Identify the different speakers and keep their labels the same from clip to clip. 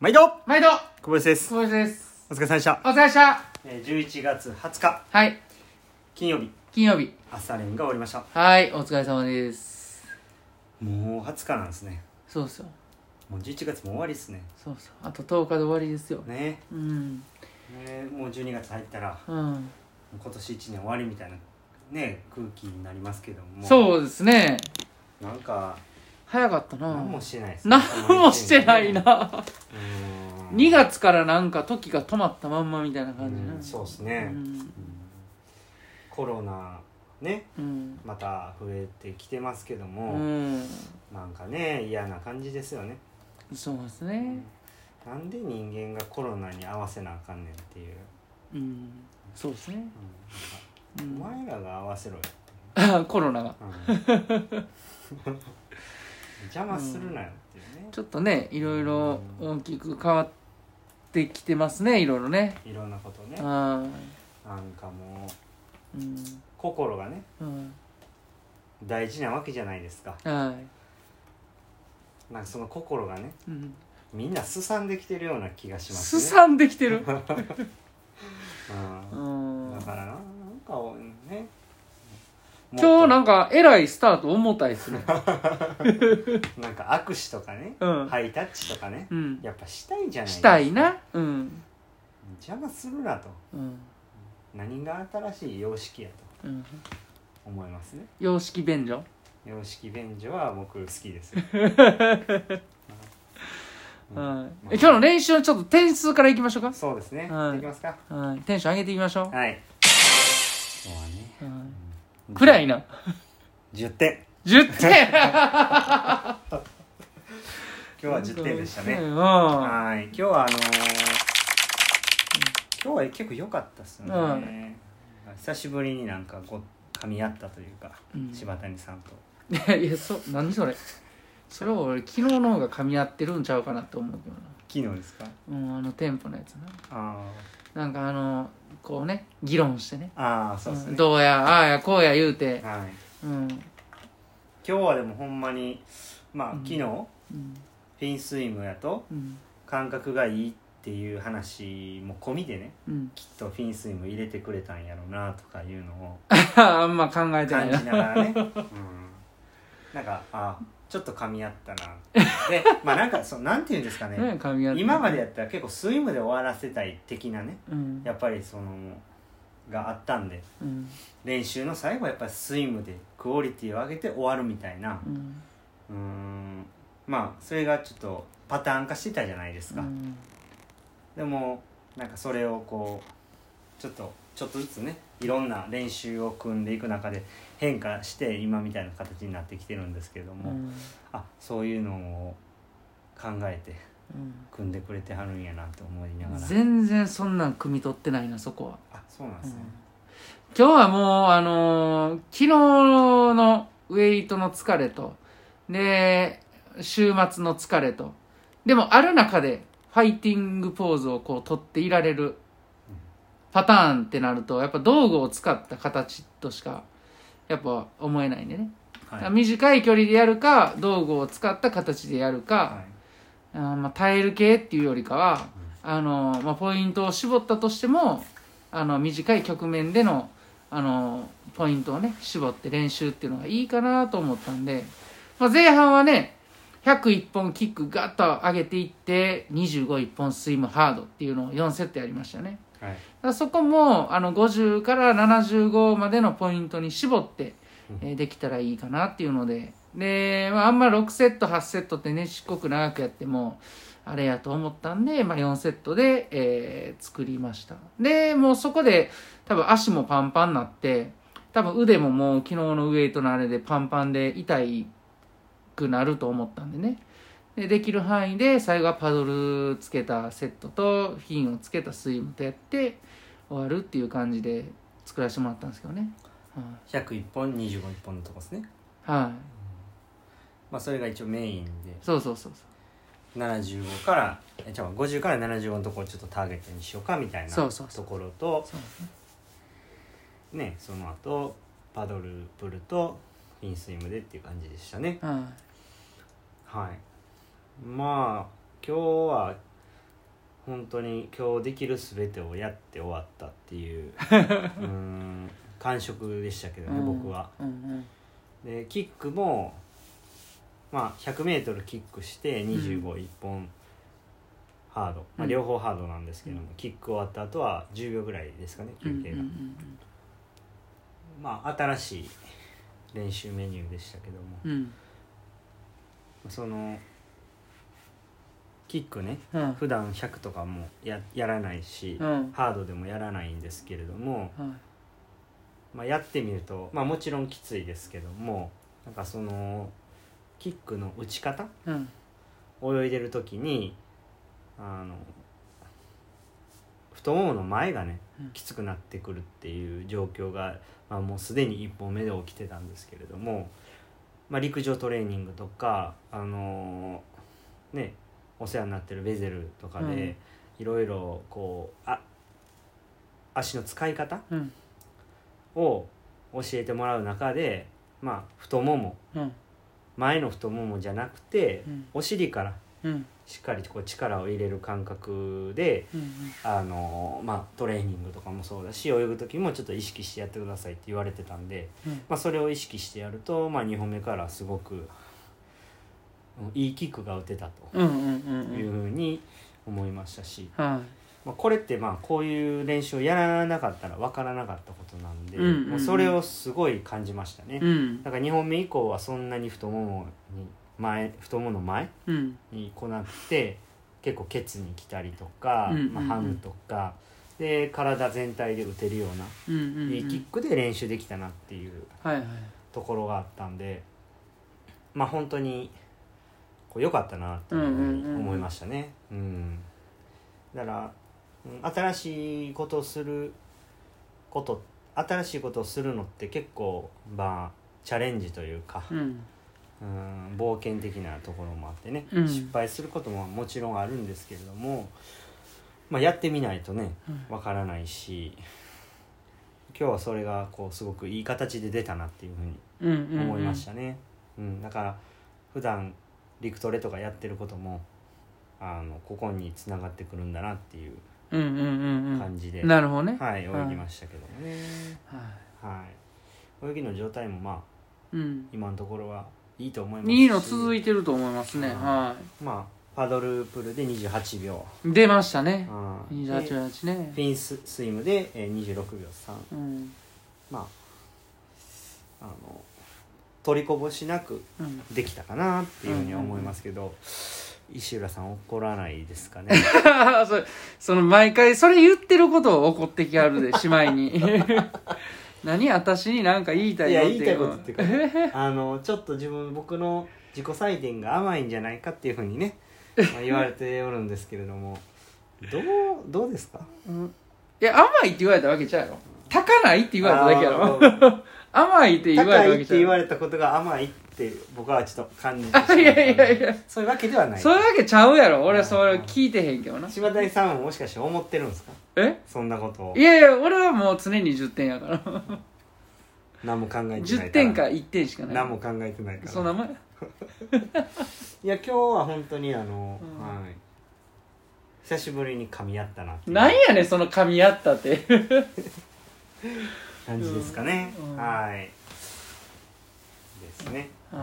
Speaker 1: 毎度
Speaker 2: 毎度
Speaker 1: 小林です
Speaker 2: 久保井です
Speaker 1: お疲れ様でした、
Speaker 2: お疲れ様でした
Speaker 1: えー、11月20日
Speaker 2: はい
Speaker 1: 金曜日
Speaker 2: 金曜日
Speaker 1: 朝練が終わりました
Speaker 2: はいお疲れ様です
Speaker 1: もう20日なんですね
Speaker 2: そうっすよ
Speaker 1: もう11月も終わりですね
Speaker 2: そうそうあと10日で終わりですよ、
Speaker 1: ね
Speaker 2: うん
Speaker 1: ねもう12月入ったら
Speaker 2: うん
Speaker 1: 今年1年終わりみたいなね空気になりますけども
Speaker 2: そうですね
Speaker 1: なんか
Speaker 2: 早かったな
Speaker 1: 何もしてないですね
Speaker 2: 何もしてないな
Speaker 1: うーん
Speaker 2: 2月からなんか時が止まったまんまみたいな感じ
Speaker 1: うん
Speaker 2: な
Speaker 1: そうです
Speaker 2: う
Speaker 1: ね、
Speaker 2: ん
Speaker 1: コロナね
Speaker 2: うん
Speaker 1: また増えてきてますけど
Speaker 2: う
Speaker 1: も、
Speaker 2: ん
Speaker 1: なんかね嫌な感じですよね
Speaker 2: そうですね
Speaker 1: なんで人間がコロナに合わせなあかんねんっていう、
Speaker 2: うんそうですねう
Speaker 1: うん
Speaker 2: ん
Speaker 1: お前らが合わせろよ、
Speaker 2: あ コロナが
Speaker 1: うん邪魔するなよっていうね
Speaker 2: ちょっとねいろいろ大きく変わってきてますねいろいろね
Speaker 1: いろんなことね
Speaker 2: あ
Speaker 1: なんかもう
Speaker 2: ーうん
Speaker 1: 心がね
Speaker 2: うん
Speaker 1: 大事なわけじゃないですか
Speaker 2: は
Speaker 1: なんかその心がね
Speaker 2: い、うん、
Speaker 1: みんなすさんできてるような気がしますね
Speaker 2: すさんでき てる
Speaker 1: うん
Speaker 2: うん
Speaker 1: だからななんかね
Speaker 2: 今日なんんかえらいスタート重たいです ね
Speaker 1: なんか握手とかね、
Speaker 2: うん
Speaker 1: ハイタッチとかね
Speaker 2: うん
Speaker 1: やっぱしたいじゃないです
Speaker 2: し
Speaker 1: か
Speaker 2: たいなうん
Speaker 1: 邪魔するなと
Speaker 2: うん、
Speaker 1: 何が新しい様式やと
Speaker 2: うん、
Speaker 1: 思いますね
Speaker 2: 様式便所
Speaker 1: 様式便所は僕好き ですようん
Speaker 2: はい、え今日の練習のちょっと点数からいきましょう
Speaker 1: そうですね、
Speaker 2: はい
Speaker 1: できますか
Speaker 2: か、はい、テンション上げていきましょう、は
Speaker 1: はいそうはね
Speaker 2: い、暗いな
Speaker 1: 10点
Speaker 2: 10点
Speaker 1: 今日は10点でしたね
Speaker 2: うん
Speaker 1: はい今日はあのー今日は結構良かったですよね、久しぶりになんかこう噛み合ったというか、
Speaker 2: うん
Speaker 1: 柴谷さんと
Speaker 2: いやいやそ何それそれは俺昨日の方が噛み合ってるんちゃうかなと思うけどな
Speaker 1: 昨日ですか
Speaker 2: うんあのテンポのやつな
Speaker 1: あ
Speaker 2: なんかあのこうね議論してね
Speaker 1: ーあーそうですね、
Speaker 2: んどうやああやこうや言うて
Speaker 1: はい
Speaker 2: うん
Speaker 1: 今日はでもほんまにまあ
Speaker 2: うん
Speaker 1: 昨日、フ
Speaker 2: うん
Speaker 1: ィンスイムやと
Speaker 2: うん
Speaker 1: 感覚がいいっていう話も込みでね
Speaker 2: うん
Speaker 1: きっとフィンスイム入れてくれたんやろうなとかいうのを
Speaker 2: あんま考えてな
Speaker 1: 感
Speaker 2: い
Speaker 1: じ
Speaker 2: な
Speaker 1: ながら ね、うん、なんかあちょっと噛み合ったなで まあなんかそうなんていうんですか
Speaker 2: ね
Speaker 1: ね
Speaker 2: 噛み合って
Speaker 1: 今までやったら結構スイムで終わらせたい的なね
Speaker 2: うん
Speaker 1: やっぱりそのがあったんで
Speaker 2: うん
Speaker 1: 練習の最後はやっぱりスイムでクオリティを上げて終わるみたいな、
Speaker 2: うん
Speaker 1: うーんまあそれがちょっとパターン化してたじゃないです
Speaker 2: う
Speaker 1: か、
Speaker 2: ん
Speaker 1: でもなんかそれをこうちょっとちょっとずつねいろんな練習を組んでいく中で変化して今みたいな形になってきてるんですけども、
Speaker 2: うん
Speaker 1: あそういうのを考えて
Speaker 2: うん
Speaker 1: 組んでくれてはるんやなと思いながら
Speaker 2: 全然そんなん汲み取ってないなそこは
Speaker 1: あそうなんですね、
Speaker 2: 今日はもう、あのー昨日のウェイトの疲れと、で、週末の疲れと、でもある中で、ファイティングポーズをこう取っていられるパターンってなると、やっぱ道具を使った形としか、やっぱ思えないんでね。
Speaker 1: はい、
Speaker 2: 短い距離でやるか、道具を使った形でやる
Speaker 1: は
Speaker 2: か、
Speaker 1: い
Speaker 2: あーまあ、耐える系っていうよりかは、あのまあ、ポイントを絞ったとしてもあの短い局面でのあのポイントをね絞って練習っていうのがいいかなと思ったんで、まあ、前半はね101本キックガッと上げていって251本スイムハードっていうのを4セットやりましたね
Speaker 1: はい
Speaker 2: だからそこもあの50から75までのポイントに絞って、えーできたらいいかなっていうのでで、まあ、あんま6セット8セットってねしつこく長くやってもあれやと思ったんで、まあ、4セットで、えー作りましたでもうそこで多分足もパンパンになって多分腕ももう昨日のウエイトのあれでパンパンで痛いくなると思ったんでねでできる範囲で最後はパドルつけたセットとフィンをつけたスイムとやって終わるっていう感じで作らせてもらったんですけどねはい、
Speaker 1: 101本25本のとこですね
Speaker 2: はい
Speaker 1: まあそれが一応メインで
Speaker 2: そうそうそう
Speaker 1: 75からえじゃあ50から75のところをちょっとターゲットにしようかみたいな
Speaker 2: そうそうそ
Speaker 1: ところと
Speaker 2: そうそう
Speaker 1: ねその後パドルプルとフィンスイムでっていう感じでしたね
Speaker 2: はい
Speaker 1: はいまあ今日は本当に今日できる全てをやって終わったっていう うーん感触でしたけどね、
Speaker 2: うん
Speaker 1: 僕は。
Speaker 2: うんうん
Speaker 1: でキックも、まあ、100m キックして251
Speaker 2: う
Speaker 1: 本ハード、
Speaker 2: う
Speaker 1: まあ、
Speaker 2: ん
Speaker 1: 両方ハードなんですけども、
Speaker 2: う
Speaker 1: キック終わった後は10秒ぐらいですかね
Speaker 2: うん
Speaker 1: 休
Speaker 2: うんう
Speaker 1: 憩が、
Speaker 2: ん
Speaker 1: まあ新しい練習メニューでしたけども、
Speaker 2: うん
Speaker 1: そのキックね
Speaker 2: うん
Speaker 1: 普段100とかもややらないし、
Speaker 2: うん
Speaker 1: ハードでもやらないんですけれども、
Speaker 2: はい
Speaker 1: まあ、やってみると、まあ、もちろんきついですけどもなんかそのキックの打ち方
Speaker 2: うん
Speaker 1: 泳いでる時にあの太ももの前がね
Speaker 2: うん
Speaker 1: きつくなってくるっていう状況が、まあ、もうすでに一本目で起きてたんですけれども、まあ、陸上トレーニングとかあのねお世話になってるベゼルとか
Speaker 2: うん
Speaker 1: でいろいろこうあ足の使い方
Speaker 2: うん
Speaker 1: を教えてもらう中で、まあ、太もも
Speaker 2: うん
Speaker 1: 前の太ももじゃなくて
Speaker 2: うん
Speaker 1: お尻から
Speaker 2: うん
Speaker 1: しっかりこう力を入れる感覚で、
Speaker 2: うん
Speaker 1: あのまあ、トレーニングとかもそうだし泳ぐ時もちょっと意識してやってくださいって言われてたんで、
Speaker 2: うん
Speaker 1: まあ、それを意識してやると、まあ、2本目からすごくうんいいキックが打てた
Speaker 2: うんうんうん
Speaker 1: と
Speaker 2: うん
Speaker 1: いうふうに思いましたし、
Speaker 2: は
Speaker 1: まあ、これってまあこういう練習をやらなかったら分からなかったことなんで、
Speaker 2: うんうんうん
Speaker 1: もうそれをすごい感じましたね。
Speaker 2: いうん
Speaker 1: だから2本目以降はそんなに太ももに前太ももの前
Speaker 2: うん
Speaker 1: にこなって結構ケツに来たりとか、
Speaker 2: うんうんうん
Speaker 1: まあ、ハムとかで体全体で打てるよう
Speaker 2: うんうんう
Speaker 1: なんいいキックで練習できたなっていう
Speaker 2: はいはい
Speaker 1: ところがあったんでまあ本当にこう良かったなっていう
Speaker 2: うんうん
Speaker 1: ふ
Speaker 2: う
Speaker 1: うんに思いましたね。うんだからうん新しいことをすること新しいことをするのって結構まあチャレンジというか、
Speaker 2: うん
Speaker 1: うん冒険的なところもあってね、
Speaker 2: うん
Speaker 1: 失敗することももちろんあるんですけれども、まあ、やってみないとね
Speaker 2: うん
Speaker 1: わからないし今日はそれがこうすごくいい形で出たなっていうふうに
Speaker 2: うんうんうん
Speaker 1: 思いましたね、うんだから普段陸トレとかやってることもあのここに繋がってくるんだなっていう
Speaker 2: うんうんうん
Speaker 1: 感じで、
Speaker 2: うんなるほどね
Speaker 1: はい
Speaker 2: はい
Speaker 1: 泳ぎましたけどもね、
Speaker 2: は
Speaker 1: はい、泳ぎの状態もまあ
Speaker 2: いうん
Speaker 1: 今のところはいいと思います
Speaker 2: いいの続いてると思いますね
Speaker 1: うん
Speaker 2: は
Speaker 1: まあ、パドルプルで28秒、
Speaker 2: い出ましたね
Speaker 1: うんでフ
Speaker 2: 28ね
Speaker 1: ィンススイムでえー26秒3
Speaker 2: うん
Speaker 1: まああの取りこぼしなく
Speaker 2: うん
Speaker 1: できたかなっていうふうには思いますけど、石浦さん怒らないですかね
Speaker 2: そその毎回それ言ってることを怒ってきはるでしま いに何私に何か 言いたい
Speaker 1: い
Speaker 2: の
Speaker 1: や
Speaker 2: っ
Speaker 1: 言い
Speaker 2: て
Speaker 1: た
Speaker 2: い
Speaker 1: いうことっていうかあのちょっと自分僕の自己採点が甘いんじゃないかっていうふうに ね、まあ言われておるんですけれどもどうどうですか
Speaker 2: うんいや甘いって言われたわけちゃうやろ高ないって言われただけやろ
Speaker 1: あー
Speaker 2: 甘いって言われ
Speaker 1: 高
Speaker 2: たわ
Speaker 1: い
Speaker 2: け
Speaker 1: っ
Speaker 2: ちゃ
Speaker 1: て
Speaker 2: う
Speaker 1: 言
Speaker 2: や
Speaker 1: わ
Speaker 2: ろ
Speaker 1: れたことが甘いって僕はちょっと感じてしまった
Speaker 2: あいやいやいや
Speaker 1: そういうわけではない
Speaker 2: そういうわけちゃうやろ俺はそれ聞いてへんけどな
Speaker 1: 柴谷さんももしかして思ってるんですか
Speaker 2: え
Speaker 1: そんなことを
Speaker 2: いやいや俺はもう常に10点やから
Speaker 1: 何も考えてないから
Speaker 2: 10点か1点しかない
Speaker 1: 何も考えてないから
Speaker 2: そんなもんや
Speaker 1: いや今日は本当にあの、
Speaker 2: うん
Speaker 1: はい久しぶりに噛み合ったなっていう
Speaker 2: なんやねんその噛み合ったって
Speaker 1: 感じですかね、
Speaker 2: うんうん
Speaker 1: はいですね、
Speaker 2: は
Speaker 1: う
Speaker 2: い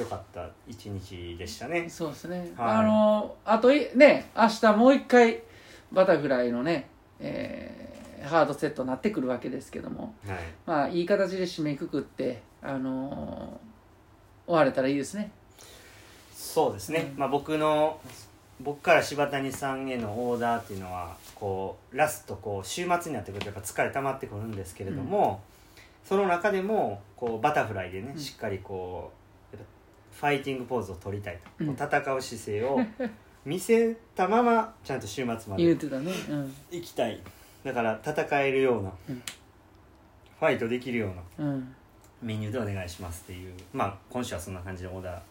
Speaker 1: んよかった一日でしたね
Speaker 2: そうですね、
Speaker 1: はい
Speaker 2: あのあといね明日もう一回バタフライのね、えーハードセットになってくるわけですけども
Speaker 1: はい
Speaker 2: まあいい形で締めくくってあのー終われたらいいですね
Speaker 1: そうですね、
Speaker 2: うん
Speaker 1: まあ、僕の僕から柴谷さんへのオーダーっていうのはこうラストこう週末になってくるとやっぱ疲れ溜まってくるんですけれども、その中でもこうバタフライでね、
Speaker 2: うん
Speaker 1: しっかりこうやっぱファイティングポーズを取りたいと、
Speaker 2: うん
Speaker 1: こう戦う姿勢 を見せたままちゃんと週末ま
Speaker 2: 言う
Speaker 1: で
Speaker 2: てたねうん
Speaker 1: 行きたいだから戦えるような、
Speaker 2: うん
Speaker 1: ファイトできるような
Speaker 2: うん、
Speaker 1: メニューでお願いしますっていうまあ今週はそんな感じのオーダ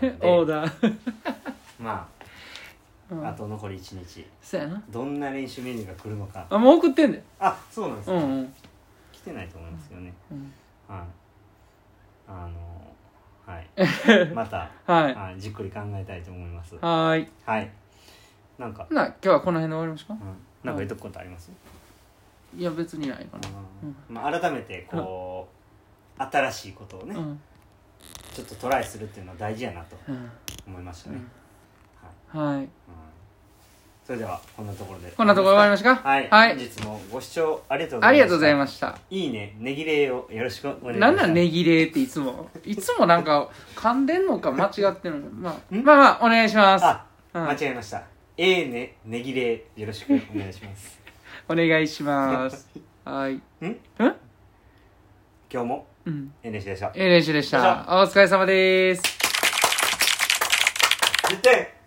Speaker 1: ーなので
Speaker 2: オーダー、
Speaker 1: ま
Speaker 2: う
Speaker 1: あ、
Speaker 2: ん、
Speaker 1: あと残り1日
Speaker 2: そうやな
Speaker 1: どんな練習メニューが来るのか
Speaker 2: あもう送ってんだよ
Speaker 1: あそうなんです
Speaker 2: う
Speaker 1: か、
Speaker 2: んうん
Speaker 1: 来てないと思いますけどね
Speaker 2: うん
Speaker 1: はいあのはいまた、
Speaker 2: はい
Speaker 1: はい、じっくり考えたいと思います
Speaker 2: はーい
Speaker 1: はいなんか、
Speaker 2: ほな今日はこの辺で終わりましょう
Speaker 1: う
Speaker 2: か
Speaker 1: ん、なんか言っとくことあります、
Speaker 2: いや別にないかな
Speaker 1: うんまあ、改めてこう、新しいことをね、
Speaker 2: うん
Speaker 1: ちょっとトライするっていうのは大事やなと
Speaker 2: うん
Speaker 1: 思いましたね、
Speaker 2: うん
Speaker 1: はい
Speaker 2: はい
Speaker 1: うんそれではこんなところで
Speaker 2: こんなところ終わりましょうか
Speaker 1: はい、
Speaker 2: はい
Speaker 1: 本日もご視聴ありがとうござ
Speaker 2: あ
Speaker 1: いました
Speaker 2: りがとうございました
Speaker 1: いいねねぎれいをよろしくお願いします
Speaker 2: なんなんねぎれっていつもいつもなんか噛んでんのか間違ってるのか、まあ、まあまあお願いします
Speaker 1: あ、
Speaker 2: うん
Speaker 1: 間違えましたええねねぎれいよろしくお願いします
Speaker 2: お願い しますはい
Speaker 1: んん
Speaker 2: うん
Speaker 1: 今日も
Speaker 2: うん
Speaker 1: えねしでした
Speaker 2: え練習でし
Speaker 1: よいした
Speaker 2: お疲れ様です
Speaker 1: 10点